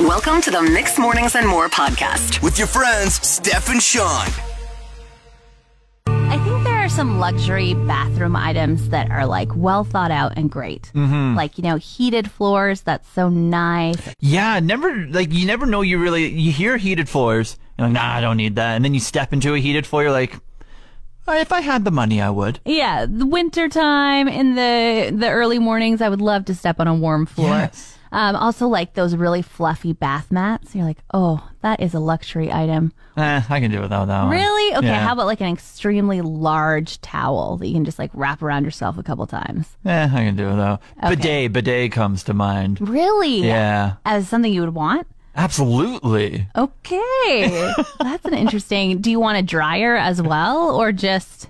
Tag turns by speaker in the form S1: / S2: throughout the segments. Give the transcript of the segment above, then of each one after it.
S1: Welcome to the Mixed Mornings and More podcast.
S2: with your friends Steph and Sean.
S3: I think there are some luxury bathroom items that are like well thought out and great.
S4: Mm-hmm.
S3: Like, you know, heated floors, that's so nice.
S4: Yeah, never like you never know you really you hear heated floors, you're like, nah, I don't need that. And then you step into a heated floor, you're like, "Uh, if I had the money I would.
S3: Yeah, the winter time in the the early mornings, I would love to step on a warm floor.
S4: Yes.
S3: Um, also like those really fluffy bath mats. You're like, "Oh, that is a luxury item."
S4: Eh, I can do without that one.
S3: Really? Okay,
S4: Yeah.
S3: how about like an extremely large towel that you can just like wrap around yourself a couple times?
S4: Eh, I can do without. Bidet, bidet comes to mind.
S3: Really?
S4: Yeah.
S3: As something you would want?
S4: Absolutely.
S3: Okay. That's an interesting. Do you want a dryer as well or just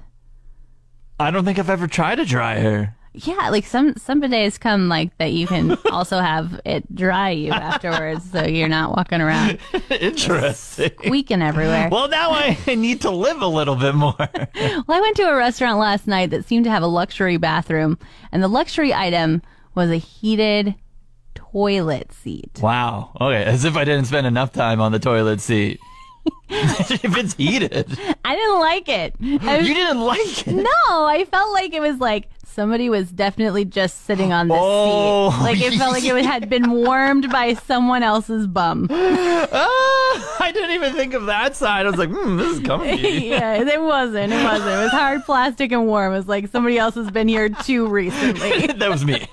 S4: I don't think I've ever tried a dryer.
S3: yeah, like some some bidets come like that you can also have it dry you afterwards so you're not walking around
S4: Interesting.
S3: weaking everywhere.
S4: Well, now I need to live a little bit more.
S3: Well, I went to a restaurant last night that seemed to have a luxury bathroom and the luxury item was a heated toilet seat.
S4: wow. Okay. As if I didn't spend enough time on the toilet seat. if it's heated,
S3: I didn't like it. I was-
S4: you didn't like it.
S3: No, I felt like it was like somebody was definitely just sitting on this
S4: Oh,
S3: seat. Like it felt like it was- had been warmed by someone else's bum.
S4: Ah, I didn't even think of that side. I was like, hmm, this is comfy.
S3: yeah, it wasn't. It wasn't. It was hard plastic and warm. It was like somebody else has been here too recently.
S4: that was me.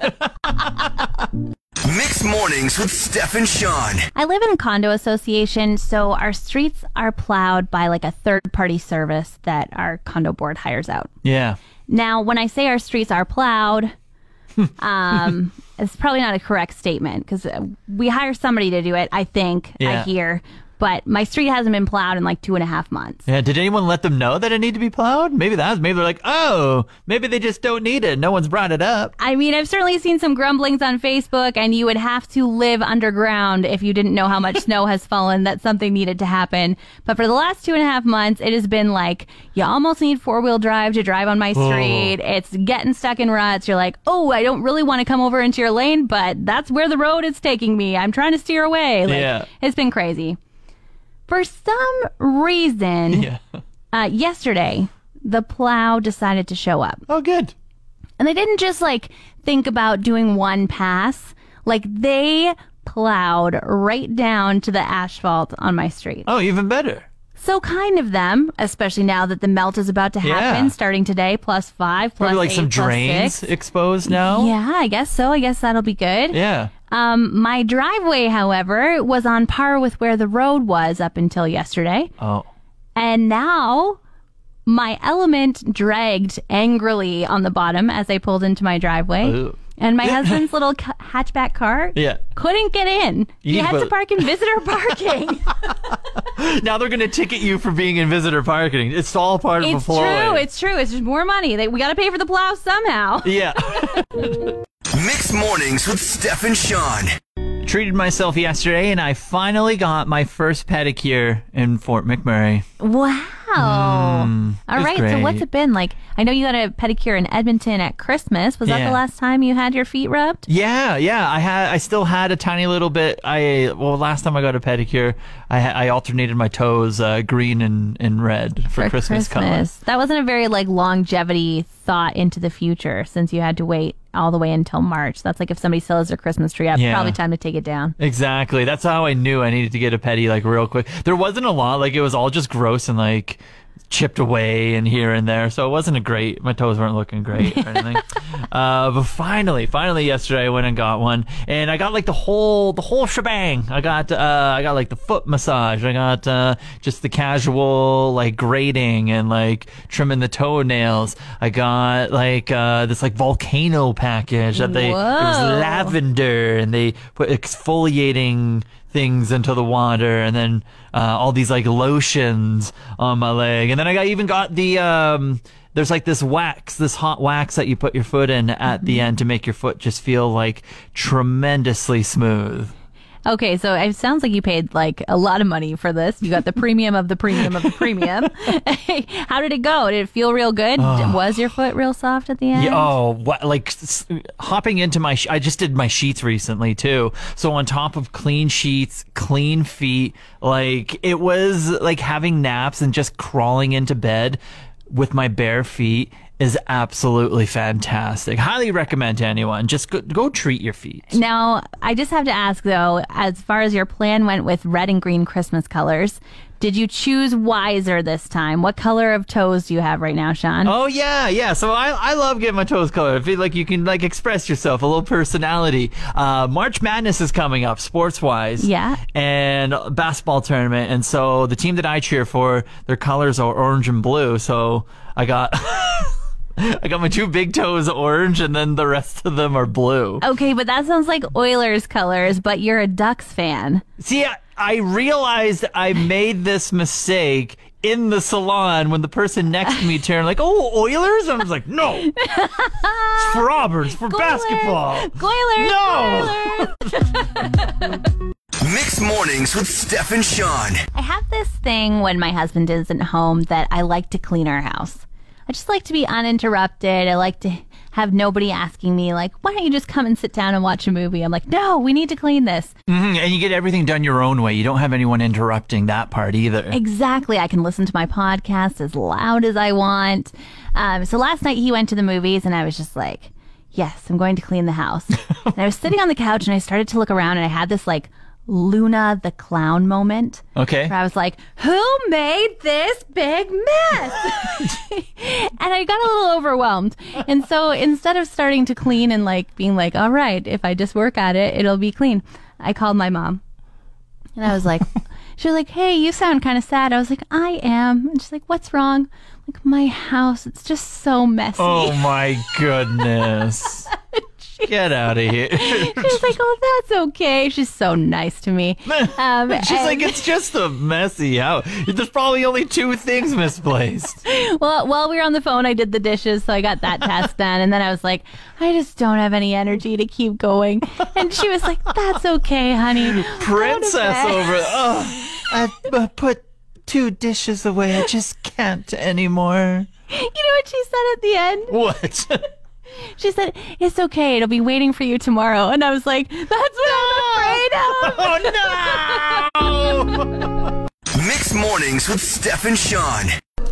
S2: Mixed mornings with Steph and Sean.
S3: I live in a condo association, so our streets are plowed by like a third party service that our condo board hires out.
S4: Yeah.
S3: Now, when I say our streets are plowed, um, it's probably not a correct statement because we hire somebody to do it, I think, I
S4: Yeah.
S3: hear. But my street hasn't been plowed in like two and a half months.
S4: Yeah. Did anyone let them know that it needed to be plowed? Maybe that was, maybe they're like, oh, maybe they just don't need it. No one's brought it up.
S3: I mean, I've certainly seen some grumblings on Facebook, and you would have to live underground if you didn't know how much snow has fallen that something needed to happen. But for the last two and a half months, it has been like you almost need four wheel drive to drive on my
S4: Oh.
S3: street. It's getting stuck in ruts. You're like, oh, I don't really want to come over into your lane, but that's where the road is taking me. I'm trying to steer away. Like,
S4: Yeah.
S3: It's been crazy. For some reason,
S4: Yeah.
S3: uh, yesterday, the plow decided to show up.
S4: Oh, good.
S3: And they didn't just like think about doing one pass. Like they plowed right down to the asphalt on my street.
S4: Oh, even better.
S3: So kind of them, especially now that the melt is about to happen
S4: Yeah.
S3: starting today, plus five, plus
S4: Probably like
S3: eight,
S4: some
S3: plus
S4: drains
S3: six.
S4: exposed now.
S3: Yeah, I guess so. I guess that'll be good.
S4: Yeah.
S3: Um, my driveway, however, was on par with where the road was up until yesterday.
S4: Oh.
S3: And now my element dragged angrily on the bottom as I pulled into my driveway.
S4: Ooh.
S3: And my husband's little ca- hatchback car
S4: Oh. Yeah.
S3: couldn't get in. He
S4: Yeah,
S3: had to
S4: but-
S3: park in visitor parking.
S4: Now they're going to ticket you for being in visitor parking. It's all part of a
S3: it's
S4: floor.
S3: true. It's true. It's just more money. They, we got to pay for the plow somehow.
S4: yeah.
S2: Mixed mornings with Steph and Sean.
S4: Treated myself yesterday and I finally got my first pedicure in Fort McMurray.
S3: Wow. All
S4: it's
S3: right. So
S4: Mm, great.
S3: what's it been like? I know you got a pedicure in Edmonton at Christmas. Was that
S4: Yeah.
S3: the last time you had your feet rubbed?
S4: Yeah, yeah. I had, I still had a tiny little bit. I well, last time I got a pedicure, I ha- I alternated my toes uh, green and, and red for, Christmas, colors.
S3: That wasn't a very like longevity thought into the future since you had to wait all the way until March. That's like if somebody sells their Christmas tree up,
S4: Yeah.
S3: probably time to take it down.
S4: Exactly. That's how I knew I needed to get a pedi like real quick. There wasn't a lot. Like it was all just gross and like chipped away and here and there. So it wasn't a great. My toes weren't looking great or anything. uh, but finally, finally yesterday I went and got one, and I got like the whole the whole shebang. I got uh, I got like the foot massage. I got uh, just the casual like grading and like trimming the toenails. I got like uh, this like volcano package that they it was
S3: Whoa.
S4: lav- lavender and they put exfoliating things into the water and then uh, all these like lotions on my leg and then i got, even got the um there's like this wax this hot wax that you put your foot in at the end to make your foot just feel like tremendously smooth
S3: Okay, so it sounds like you paid like a lot of money for this. You got the premium of the premium of the premium. How did it go? Did it feel real good? Was your foot real soft at the end?
S4: Oh. Yeah, oh, what, like s- hopping into my. Sh- I just did my sheets recently too. So on top of clean sheets, clean feet, like it was like having naps and just crawling into bed with my bare feet is absolutely fantastic. Highly recommend to anyone. Just go, go treat your feet.
S3: Now, I just have to ask though, as far as your plan went with red and green Christmas colors, did you choose wiser this time? What color of toes do you have right now, Sean?
S4: Oh yeah, yeah. So I, I love getting my toes colored. I feel like you can like express yourself, a little personality. Uh, March Madness is coming up, sports wise.
S3: Yeah.
S4: And a basketball tournament, and so the team that I cheer for, their colors are orange and blue. So I got. I got my two big toes orange, and then the rest of them are blue.
S3: Okay, but that sounds like Oilers colors, but you're a Ducks fan.
S4: See, I, I realized I made this mistake in the salon when the person next to me turned like, "Oh, Oilers," and I was like, "No, it's for Auburn, it's for basketball."
S3: Oilers!
S4: No!
S3: Oilers!
S2: Mix mornings with Steph and Sean.
S3: I have this thing when my husband isn't home that I like to clean our house. I just like to be uninterrupted. I like to have nobody asking me, like, why don't you just come and sit down and watch a movie? I'm like, no, we need to clean this.
S4: Mhm, And you get everything done your own way. You don't have anyone interrupting that part either.
S3: Exactly. I can listen to my podcast as loud as I want. Um, so last night he went to the movies and I was just like, yes, I'm going to clean the house. and I was sitting on the couch and I started to look around and I had this like Luna the clown moment.
S4: Okay.
S3: Where I was like, who made this big mess? and I got a little overwhelmed. And so instead of starting to clean and like being like, all right, if I just work at it, it'll be clean, I called my mom. And I was like, she was like, hey, you sound kind of sad. I was like, I am. And she's like, what's wrong? I'm like, my house, it's just so messy.
S4: Oh my goodness. Get out of here.
S3: She's like, oh, that's okay. She's so nice to me. Um,
S4: She's like,
S3: and-
S4: it's just a messy house. There's probably only two things misplaced.
S3: Well, while we were on the phone, I did the dishes, so I got that task done. And then I was like, I just don't have any energy to keep going. And she was like, That's okay, honey.
S4: Princess
S3: Go to bed.
S4: over. Oh, I uh, put two dishes away. I just can't anymore.
S3: You know what she said at the end?
S4: What?
S3: She said, It's okay. It'll be waiting for you tomorrow. And I was like, That's what I'm afraid of.
S4: oh no!
S2: Mix mornings with Steph and Sean.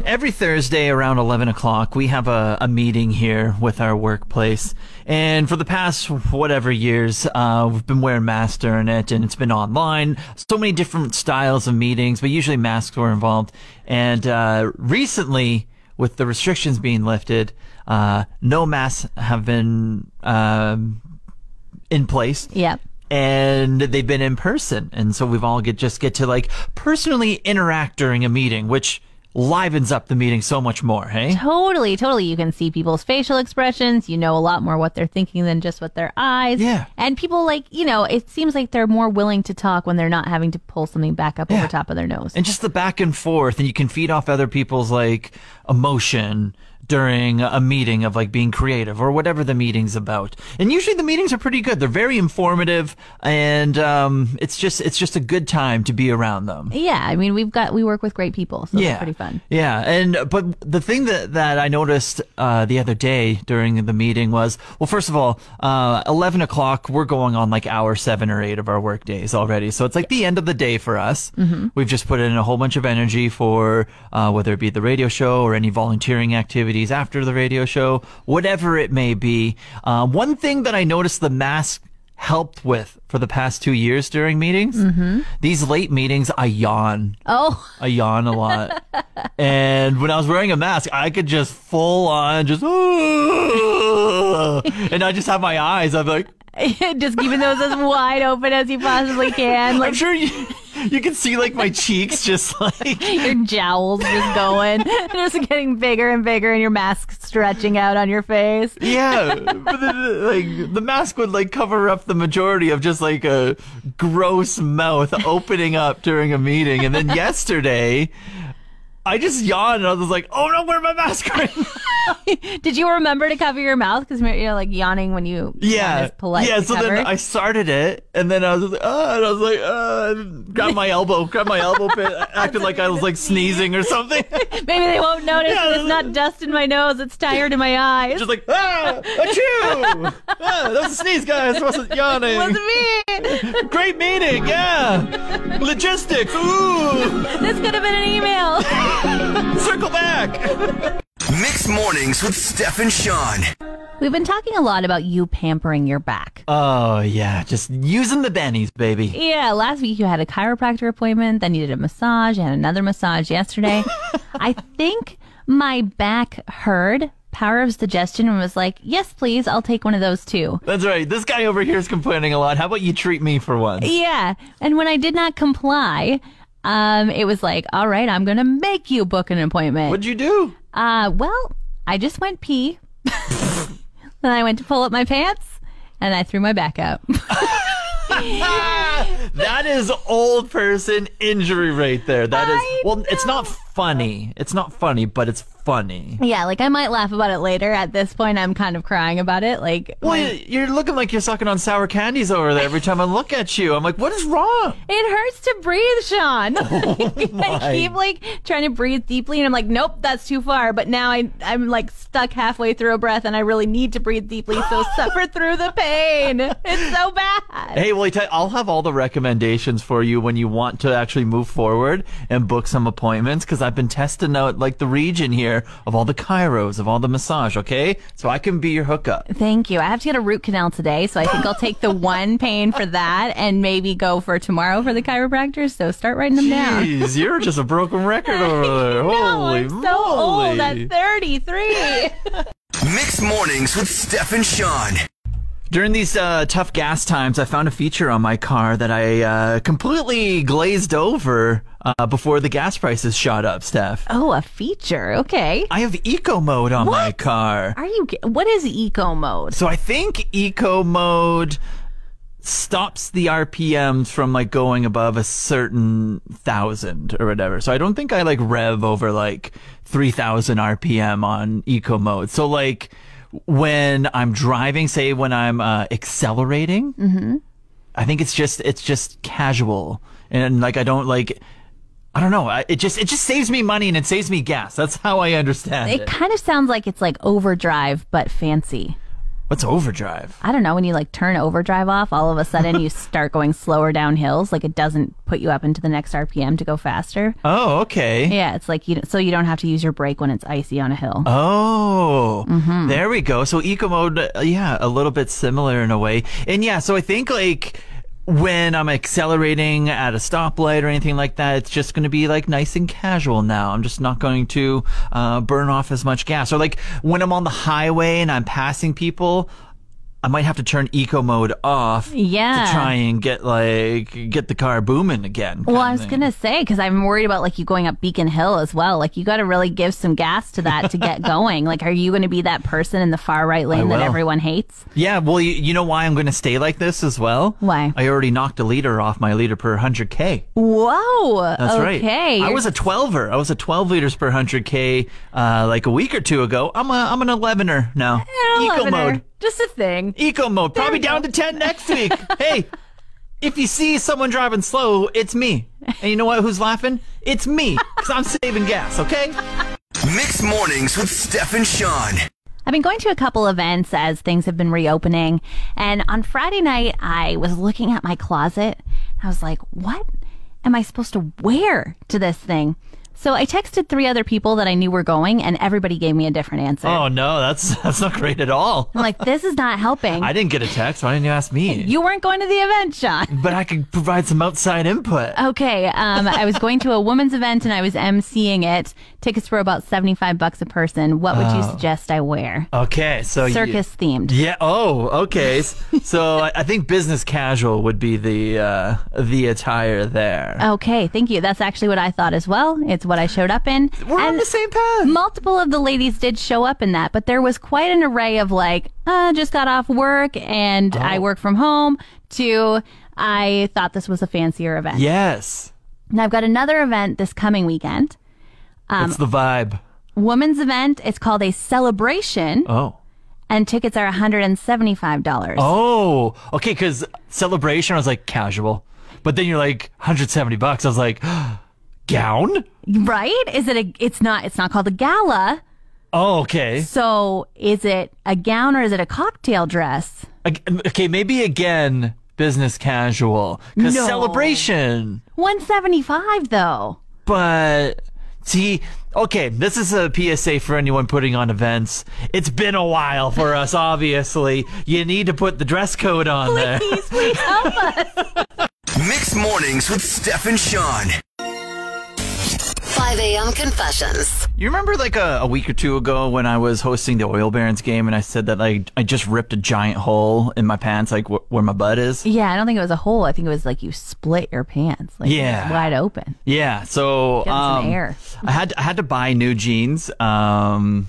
S4: Every Thursday around 11 o'clock, we have a, a meeting here with our workplace. And for the past whatever years, uh, we've been wearing masks during it, and it's been online. So many different styles of meetings, but usually masks were involved. And uh, recently, with the restrictions being lifted, uh, no masks have been um, in place
S3: Yep.
S4: and they've been in person and so we've all get just get to like personally interact during a meeting which livens up the meeting so much more hey
S3: Totally, totally. You can see people's facial expressions. You know a lot more what they're thinking than just with their eyes.
S4: Yeah.
S3: And people, like, you know, it seems like they're more willing to talk when they're not having to pull something back up
S4: Yeah.
S3: over top of their nose.
S4: and just the back and forth and you can feed off other people's like emotion during a meeting of like being creative or whatever the meeting's about and usually the meetings are pretty good they're very informative and um, it's just it's just a good time to be around them
S3: Yeah, I mean, we've got we work with great people, so
S4: yeah
S3: it's pretty fun.
S4: yeah and but the thing that that i noticed uh the other day during the meeting was well first of all uh 11 o'clock we're going on like hour seven or eight of our work days already so it's like the end of the day for us
S3: Mm-hmm.
S4: we've just put in a whole bunch of energy for uh whether it be the radio show or any volunteering activities after the radio show whatever it may be uh, one thing that i noticed the mask helped with for the past two years during meetings
S3: Mm-hmm.
S4: these late meetings i yawn
S3: Oh,
S4: I yawn a lot. and when I was wearing a mask, I could just full on just and I just have my eyes. I'm like
S3: just keeping those as wide open as you possibly can,
S4: I'm
S3: like
S4: sure you you can see like my cheeks just like
S3: your jowls just going, just getting bigger and bigger, and your mask stretching out on your face.
S4: yeah, but then, like the mask would like cover up the majority of just like a gross mouth opening up during a meeting. And then yesterday, I just yawned and I was like, oh no, where my mask went?
S3: Did you remember to cover your mouth? Because you're like yawning when you yawn
S4: yeah.
S3: is polite.
S4: Yeah,
S3: to
S4: so
S3: cover.
S4: then I started it and then I was like, oh, and I was like, uh, grab my elbow, grab my elbow pit, acted like I was like sneezing or something.
S3: Maybe they won't notice
S4: Yeah,
S3: that it's not dust in my nose, it's tired in my eyes.
S4: just like, ah, achoo! ah, that was a sneeze, guys. I wasn't yawning.
S3: It was me.
S4: Great meeting, yeah. Logistics, ooh.
S3: This could have been an email.
S4: Circle back.
S2: Mix Mornings with Steph and Sean.
S3: We've been talking a lot about you pampering your back.
S4: Oh yeah, just using the bennies, baby.
S3: Yeah, last week you had a chiropractor appointment, then you did a massage, you had another massage yesterday. I think my back heard power of suggestion and was like, yes, please, I'll take one of those too.
S4: That's right. This guy over here is complaining a lot. How about you treat me for once?
S3: Yeah. And when I did not comply, um, it was like, all right, I'm going to make you book an appointment.
S4: What'd you do?
S3: Uh, well, I just went pee. then I went to pull up my pants and I threw my back out.
S4: That is old person injury right there. That is
S3: I
S4: well, it's not funny. It's not funny, but it's funny.
S3: yeah, like I might laugh about it later. At this point, I'm kind of crying about it. Like,
S4: Well, you- you're looking like you're sucking on sour candies over there every time I look at you. I'm like, what is wrong?
S3: it hurts to breathe, Sean. I
S4: Oh my.
S3: keep like trying to breathe deeply and I'm like, nope, that's too far. But now I, I'm like stuck halfway through a breath and I really need to breathe deeply. So suffer through the pain. It's so bad.
S4: Hey, well, I tell you, I'll have all the recommendations for you when you want to actually move forward and book some appointments because I've been testing out like the region here of all the chiros, of all the massage, okay? So I can be your hookup.
S3: Thank you. I have to get a root canal today, so I think I'll take the one pain for that and maybe go for tomorrow for the chiropractor. So start writing them down.
S4: Jeez, you're just a broken record over there.
S3: No,
S4: Holy
S3: I'm so
S4: moly.
S3: old at 33.
S2: Mix Mornings with Steph and Sean.
S4: During these uh, tough gas times, I found a feature on my car that I uh, completely glazed over uh, before the gas prices shot up, Steph.
S3: oh, a feature. Okay.
S4: I have eco mode on my
S3: What?
S4: car.
S3: Are you? ki- What is eco mode?
S4: So I think eco mode stops the RPMs from like going above a certain thousand or whatever. So I don't think I like rev over like 3000 RPM on eco mode. So like when I'm driving, say when I'm uh, accelerating, I think it's just, it's just casual. And like I don't like, I don't know. I, it just, it just saves me money and it saves me gas. That's how I understand
S3: It
S4: it.
S3: kind of sounds like it's like overdrive, but fancy.
S4: What's overdrive?
S3: I don't know. When you like turn overdrive off, all of a sudden you start going slower down hills. Like it doesn't put you up into the next RPM to go faster.
S4: Oh, okay.
S3: Yeah, it's like you. don't- So you don't have to use your brake when it's icy on a hill.
S4: Uh, Oh, there we go. So eco mode, uh, yeah, a little bit similar in a way. And yeah, so I think like when I'm accelerating at a stoplight or anything like that, it's just going to be like nice and casual now. I'm just not going to uh, burn off as much gas. Or like when I'm on the highway and I'm passing people, I might have to turn eco mode off
S3: Yeah.
S4: to try and get like get the car booming again.
S3: Well,
S4: kinda
S3: I was
S4: thing.
S3: gonna say because I'm worried about like you going up Beacon Hill as well. Like you got to really give some gas to that to get going. Like, are you gonna be that person in the far right lane that
S4: will.
S3: everyone hates?
S4: Yeah, well, you, you know why I'm going to stay like this as well?
S3: Why?
S4: I already knocked a liter off my liter per 100K.
S3: Whoa.
S4: That's
S3: okay.
S4: right. I
S3: you're-
S4: was a 12er. I was a 12 liters per 100K uh, like a week or two ago. I'm, a, I'm an 11er now.
S3: I love
S4: Eco
S3: it, or-
S4: mode.
S3: Just a thing.
S4: Eco mode. Probably down to 10 next week. hey, if you see someone driving slow, it's me. And you know what? Who's laughing? It's me because I'm saving gas, okay?
S2: Mix Mornings with Steph and Sean.
S3: I've been going to a couple events as things have been reopening. And on Friday night, I was looking at my closet. I was like, what am I supposed to wear to this thing? So I texted three other people that I knew were going, and everybody gave me a different answer.
S4: Oh, no, that's, that's not great at all.
S3: I'm like, this is not helping.
S4: I didn't get a text. Why didn't you ask me?
S3: you weren't going to the event, Sean.
S4: but I could provide some outside input.
S3: Okay, um, I was going to a woman's event and I was emceeing it. Tickets were about 75 bucks a person. What would you
S4: Oh.
S3: suggest I wear?
S4: Okay, so you-
S3: Circus themed.
S4: yeah. Oh, okay. S- so I I think business casual would be the uh, the attire there.
S3: Okay, thank you. That's actually what I thought as well. It's what I showed up in.
S4: We're on
S3: and
S4: the same path.
S3: multiple of the ladies did show up in that, but there was quite an array of like, uh, just got off work and I
S4: Oh.
S3: work from home to I thought this was a fancier event.
S4: yes.
S3: Now I've got another event this coming weekend.
S4: it's the vibe.
S3: woman's event. It's called a celebration,
S4: Oh.
S3: and tickets are $175.
S4: Oh, okay. Because celebration, I was like casual, but then you're like 170 bucks. I was like, gown.
S3: Right? Is it a it's not it's not called a gala.
S4: Oh, okay.
S3: So is it a gown or is it a cocktail dress?
S4: Ag- Okay, maybe again business casual because
S3: No.
S4: celebration.
S3: 175 though.
S4: But see, okay, this is a PSA for anyone putting on events. It's been a while for us, obviously. You need to put the dress code on there.
S3: Please, please help us.
S2: Mix mornings with Steph and Sean.
S1: 5 a.m. confessions.
S4: You remember like a, a week or two ago when I was hosting the Oil Barons game and I said that like I just ripped a giant hole in my pants, like wh- where my butt is?
S3: Yeah, I don't think it was a hole. I think it was like you split your pants. Like it was
S4: Yeah.
S3: wide open.
S4: Yeah, so
S3: Got some
S4: um,
S3: air.
S4: I had I had to buy new jeans um,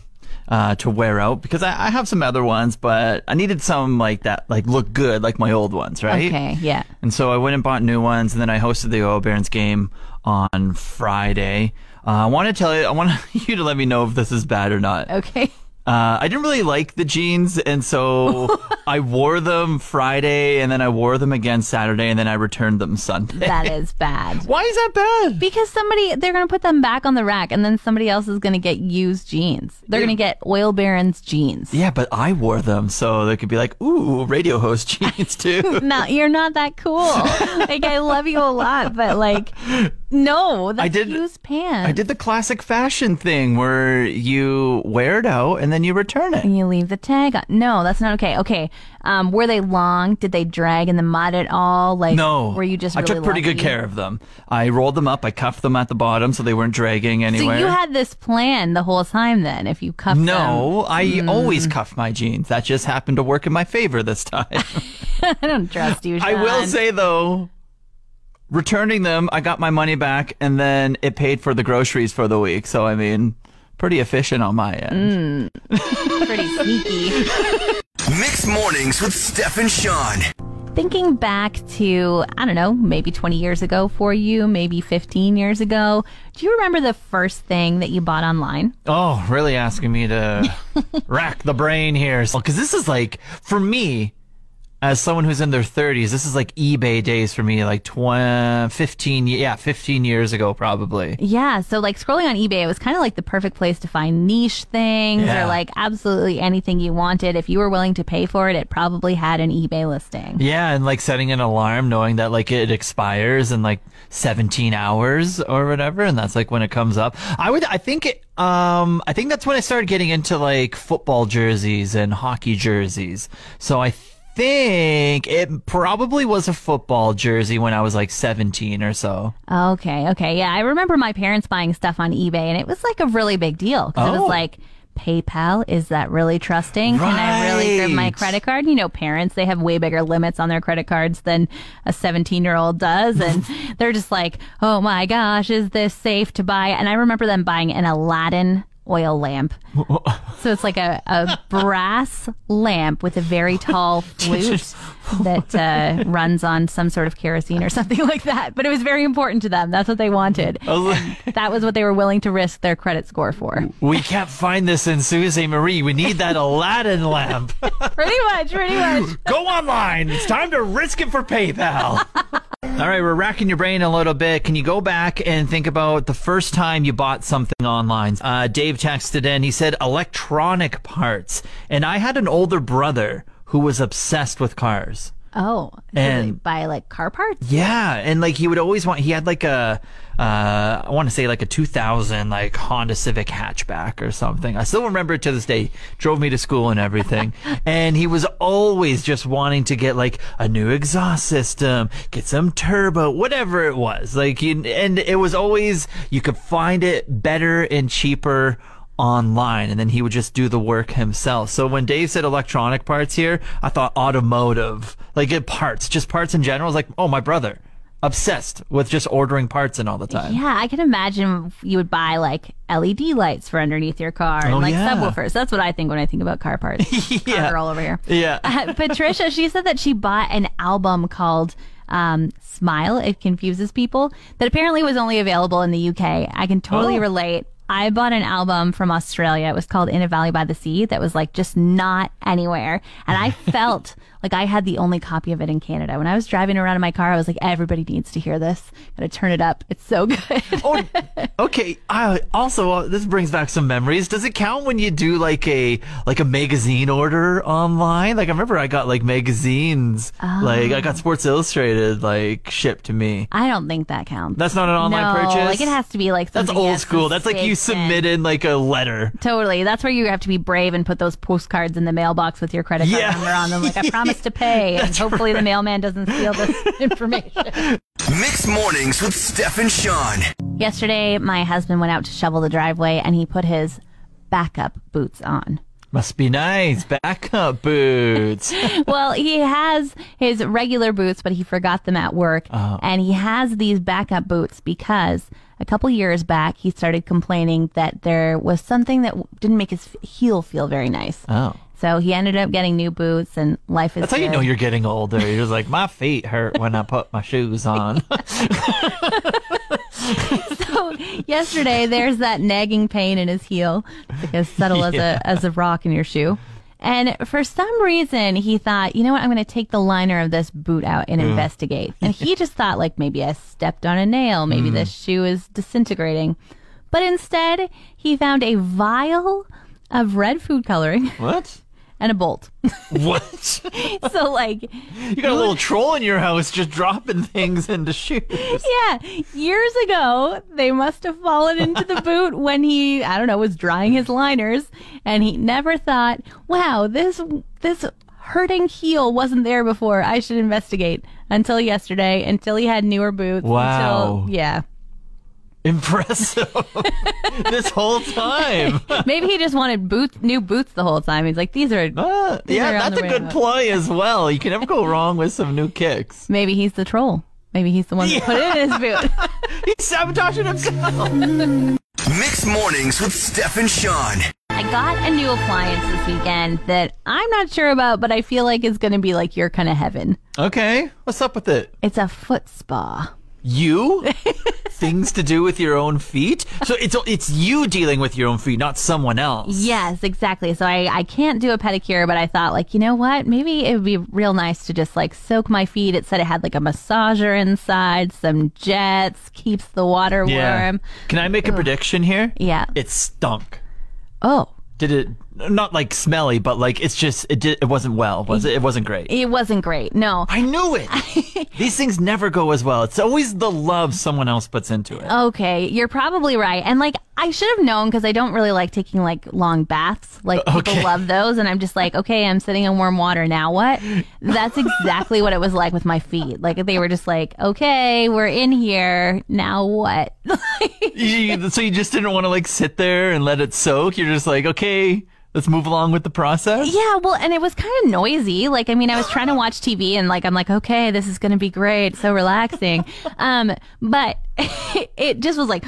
S4: uh, to wear out because I, I have some other ones, but I needed some like that, like look good, like my old ones, right?
S3: Okay, yeah.
S4: And so I went and bought new ones, and then I hosted the Oil Barons game on Friday. Uh, I want to tell you, I want you to let me know if this is bad or not.
S3: Okay.
S4: Uh, I didn't really like the jeans, and so I wore them Friday, and then I wore them again Saturday, and then I returned them Sunday.
S3: That is bad.
S4: Why is that bad?
S3: Because somebody they're going to put them back on the rack and then somebody else is going to get used jeans. They're going to get oil barons jeans.
S4: Yeah, but I wore them, so they could be like, ooh, radio host jeans too.
S3: No, you're not that cool. like I love you a lot, but like no, that's
S4: I did-
S3: used pants.
S4: I did the classic fashion thing where you wear it out and then you return it.
S3: And you leave the tag on. No, that's not okay. Okay. Um, were they long? Did they drag in the mud at all? Like,
S4: No.
S3: Were you just?
S4: I took
S3: really
S4: pretty good
S3: lucky?
S4: care of them. I rolled them up, I cuffed them at the bottom so they weren't dragging
S3: So
S4: anywhere.
S3: you had this plan the whole time, then? If you cuffed them, Hmm.
S4: no, I always cuff my jeans. That just happened to work in my favor this time.
S3: I don't trust you.
S4: I will
S3: Sean.
S4: say though, returning them, I got my money back, and then it paid for the groceries for the week. So I mean, pretty efficient on my end.
S3: pretty sneaky.
S2: Mix mornings with Steph and Sean.
S3: Thinking back to I don't know, maybe 20 years ago for you, maybe 15 years ago. Do you remember the first thing that you bought online?
S4: Oh, really asking me to rack the brain here, because this is like for me. As someone who's in their 30s, this is like eBay days for me, like 20, 15, yeah, 15 years ago, probably.
S3: Yeah, so like scrolling on eBay, it was kind of like the perfect place to find niche things
S4: Yeah.
S3: or like absolutely anything you wanted. If you were willing to pay for it, it probably had an eBay listing.
S4: Yeah, and like setting an alarm knowing that like it expires in like 17 hours or whatever and that's like when it comes up. I would I think it um I think that's when I started getting into like football jerseys and hockey jerseys. So I think it probably was a football jersey when I was like 17 or so.
S3: Okay, okay. Yeah, I remember my parents buying stuff on eBay and it was like a really big deal because it
S4: Oh.
S3: was like, PayPal, is that really trusting? Can I really grip my
S4: Right.
S3: credit card? You know, parents, they have way bigger limits on their credit cards than a 17 year old does. And they're just like, oh my gosh, is this safe to buy? And I remember them buying an Aladdin oil lamp. So it's like a, a brass lamp with a very tall flute that uh, runs on some sort of kerosene or something like that. But it was very important to them. That's what they wanted.
S4: Oh,
S3: That was what they were willing to risk their credit score for.
S4: we can't find this in Susie Marie. We need that Aladdin lamp.
S3: Pretty much, pretty much.
S4: Go online. It's time to risk it for PayPal. All right, we're racking your brain a little bit. Can you go back and think about the first time you bought something online? Uh, Dave texted in. He said electronic parts, and I had an older brother who was obsessed with cars.
S3: Oh,
S4: And-
S3: and buy like car parts?
S4: Yeah, and like he would always want. He had like a, uh, I want to say like a 2000 like Honda Civic hatchback or something. I still remember it to this day. Drove me to school and everything, and he was always just wanting to get like a new exhaust system, get some turbo, whatever it was. Like, you, and it was always you could find it better and cheaper online and then he would just do the work himself. So when Dave said electronic parts here, I thought automotive, like it parts, just parts in general. I was like, oh, my brother, obsessed with just ordering parts in all the time.
S3: Yeah, I can imagine you would buy like LED lights for underneath your car and
S4: Oh,
S3: like
S4: yeah.
S3: subwoofers. That's what I think when I think about car parts. Car girl over here.
S4: Yeah.
S3: Uh, Patricia, she said that she bought an album called um, Smile, It Confuses People, that apparently was only available in the UK. I can totally
S4: Oh.
S3: relate. I bought an album from Australia. It was called In a Valley by the Sea that was like just not anywhere. And I felt like I had the only copy of it in Canada. When I was driving around in my car, I was like, everybody needs to hear this. Gotta turn it up. It's so good.
S4: Oh, okay. I also uh, this brings back some memories. Does it count when you do like a like a magazine order online? Like I remember I got like magazines, like I got Sports Illustrated like shipped to me.
S3: I don't think that counts.
S4: That's not an
S3: no,
S4: online purchase?
S3: Like it has to be like
S4: That's
S3: something
S4: old
S3: that's
S4: school. That's like
S3: staked
S4: you
S3: in.
S4: submitted like a letter.
S3: Totally. That's where you have to be brave and put those postcards in the mailbox with your credit card
S4: Yeah.
S3: number on them. Like, I promise to pay. and
S4: That's
S3: hopefully the
S4: right.
S3: mailman doesn't steal this information.
S2: Mix mornings with Steph and Sean.
S3: Yesterday, my husband went out to shovel the driveway and he put his backup boots on.
S4: Must be nice. Backup boots.
S3: well, he has his regular boots, but he forgot them at work.
S4: Oh.
S3: And he has these backup boots because a couple years back, he started complaining that there was something that w- didn't make his f- heel feel very nice.
S4: Oh.
S3: So he ended up getting new boots, and life is
S4: That's how you
S3: good.
S4: know you're getting older. You're just like, my feet hurt when I put my shoes on.
S3: yesterday there's that nagging pain in his heel like as subtle as a as a rock in your shoe and for some reason he thought you know what i'm going to take the liner of this boot out and investigate and he just thought like maybe i stepped on a nail maybe this shoe is disintegrating but instead he found a vial of red food coloring
S4: what?
S3: and a bolt
S4: What?
S3: so like
S4: You got a little troll in your house just dropping things into shoes.
S3: Yeah, years ago, they must have fallen into the boot when he, I don't know, was drying his liners, and he never thought, "Wow, this this hurting heel wasn't there before. I should investigate." Until yesterday, until he had newer boots.
S4: Wow.
S3: Until, yeah.
S4: Impressive. this whole time.
S3: Maybe he just wanted boots, new boots the whole time. He's like, "These are."
S4: Ah, yeah,
S3: are on
S4: that's
S3: the
S4: a good
S3: way up.
S4: play as well. You can never go wrong with some new kicks.
S3: Maybe he's the troll. Maybe he's the one that put it in his boot.
S4: He's sabotaging himself.
S2: Mix mornings with Steph and Sean.
S3: I got a new appliance this weekend that I'm not sure about, but I feel like it's going to be like your kind of heaven.
S4: Okay, what's up with it?
S3: It's a foot spa.
S4: You? Things to do with your own feet? So it's it's you dealing with your own feet, not someone else.
S3: Yes, exactly. So I, I can't do a pedicure, but I thought like, you know what? Maybe it would be real nice to just like soak my feet. It said it had like a massager inside, some jets, keeps the water warm.
S4: Can I make a prediction here?
S3: Yeah.
S4: It stunk.
S3: Oh,
S4: Did it not like smelly, but like it's just it did, it wasn't well, was it? It wasn't great.
S3: it wasn't great. No.
S4: I knew it. These things never go as well. It's always the love someone else puts
S3: Oh.
S4: into it.
S3: Okay, you're probably right. And like I should have known because I don't really like taking like long baths. Like people
S4: okay.
S3: love those and I'm just like, okay, I'm sitting in warm water. Now what? That's exactly what it was like with my feet. Like they were just like, okay, we're in here. Now what?
S4: You- you- so you just didn't want to like sit there and let it soak. You're just like, okay, let's move along with the process.
S3: Yeah, well, and it was kind of noisy. Like, I mean, I was trying to watch TV and like, I'm like, okay, this is going to be great. So relaxing. Um, but it just was like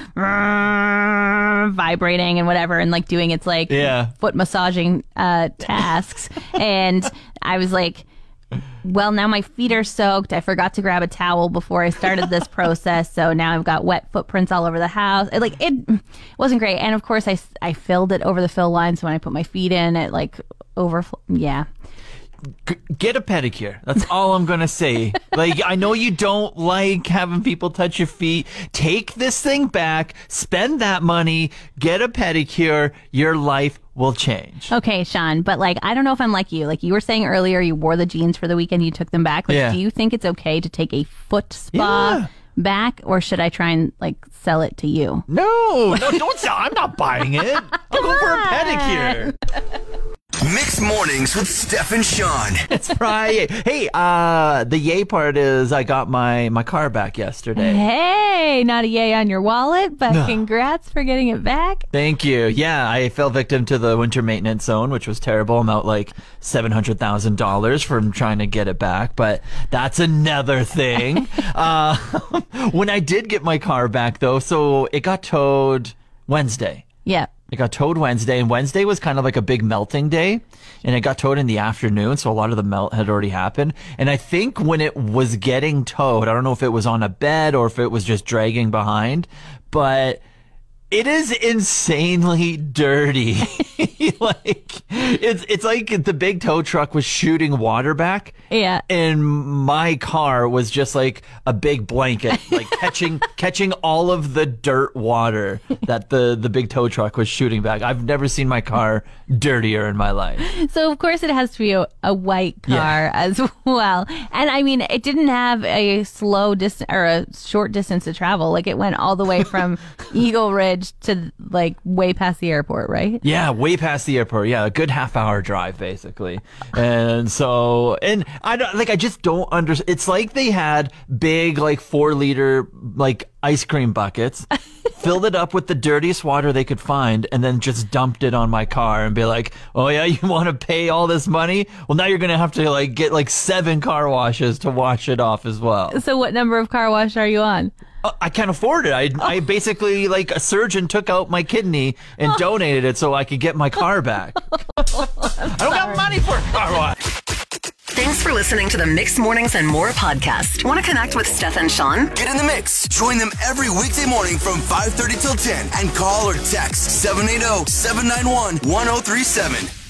S3: vibrating and whatever and like doing its like
S4: Yeah.
S3: foot massaging, uh, tasks. and I was like, well, now my feet are soaked. I forgot to grab a towel before I started this process, so now I've got wet footprints all over the house. It, like it wasn't great, and of course I, s- I filled it over the fill line. So when I put my feet in, it like overflow. Yeah,
S4: G- get a pedicure. That's all I'm gonna say. like, I know you don't like having people touch your feet. Take this thing back. Spend that money. Get a pedicure. Your life will change.
S3: okay, Sean, but like I don't know if I'm like you. Like you were saying earlier, you wore the jeans for the weekend, you took them back. Like,
S4: Yeah.
S3: do you think it's okay to take a foot spa
S4: Yeah.
S3: back, or should I try and like sell it to you?
S4: No, no, don't sell. I'm not buying it. I'll go for a pedicure.
S2: Mix mornings with Steph and Sean.
S4: It's Friday. Hey, uh, the yay part is I got my my car back yesterday.
S3: Hey, not a yay on your wallet, but
S4: No.
S3: congrats for getting it back.
S4: Thank you. Yeah, I fell victim to the winter maintenance zone, which was terrible. I'm out like seven hundred thousand dollars from trying to get it back, but that's another thing. uh, when I did get my car back, though, so it got towed Wednesday.
S3: Yeah.
S4: It got towed Wednesday, and Wednesday was kind of like a big melting day, and it got towed in the afternoon, so a lot of the melt had already happened. And I think when it was getting towed, I don't know if it was on a bed or if it was just dragging behind, but It is insanely dirty. like it's it's like the big tow truck was shooting water back.
S3: Yeah.
S4: And my car was just like a big blanket, like catching catching all of the dirt water that the the big tow truck was shooting back. I've never seen my car dirtier in my life.
S3: So of course it has to be a, a white car as well. And I mean, it didn't have a slow distance or a short distance to travel. Like it went all the way from Eagle Ridge to like way past the airport, right?
S4: Yeah, way past the airport. Yeah, a good half hour drive basically. And so, and I don't like. I just don't understand. It's like they had big like four liter like ice cream buckets, filled it up with the dirtiest water they could find, and then just dumped it on my car and be like, "Oh yeah, you want to pay all this money? Well, now you're gonna have to like get like seven car washes to wash it off as well.
S3: So what number of car wash are you on?
S4: Uh, I can't afford it. I I basically like a surgeon took out my kidney and donated it so I could get my car back. I don't got money for a car wash.
S1: Thanks for listening to the Mixed Mornings and More podcast. Want to connect with Steph and Sean?
S2: Get in the mix. Join them every weekday morning from 5.30 till 10 and call or text 780-791-1037.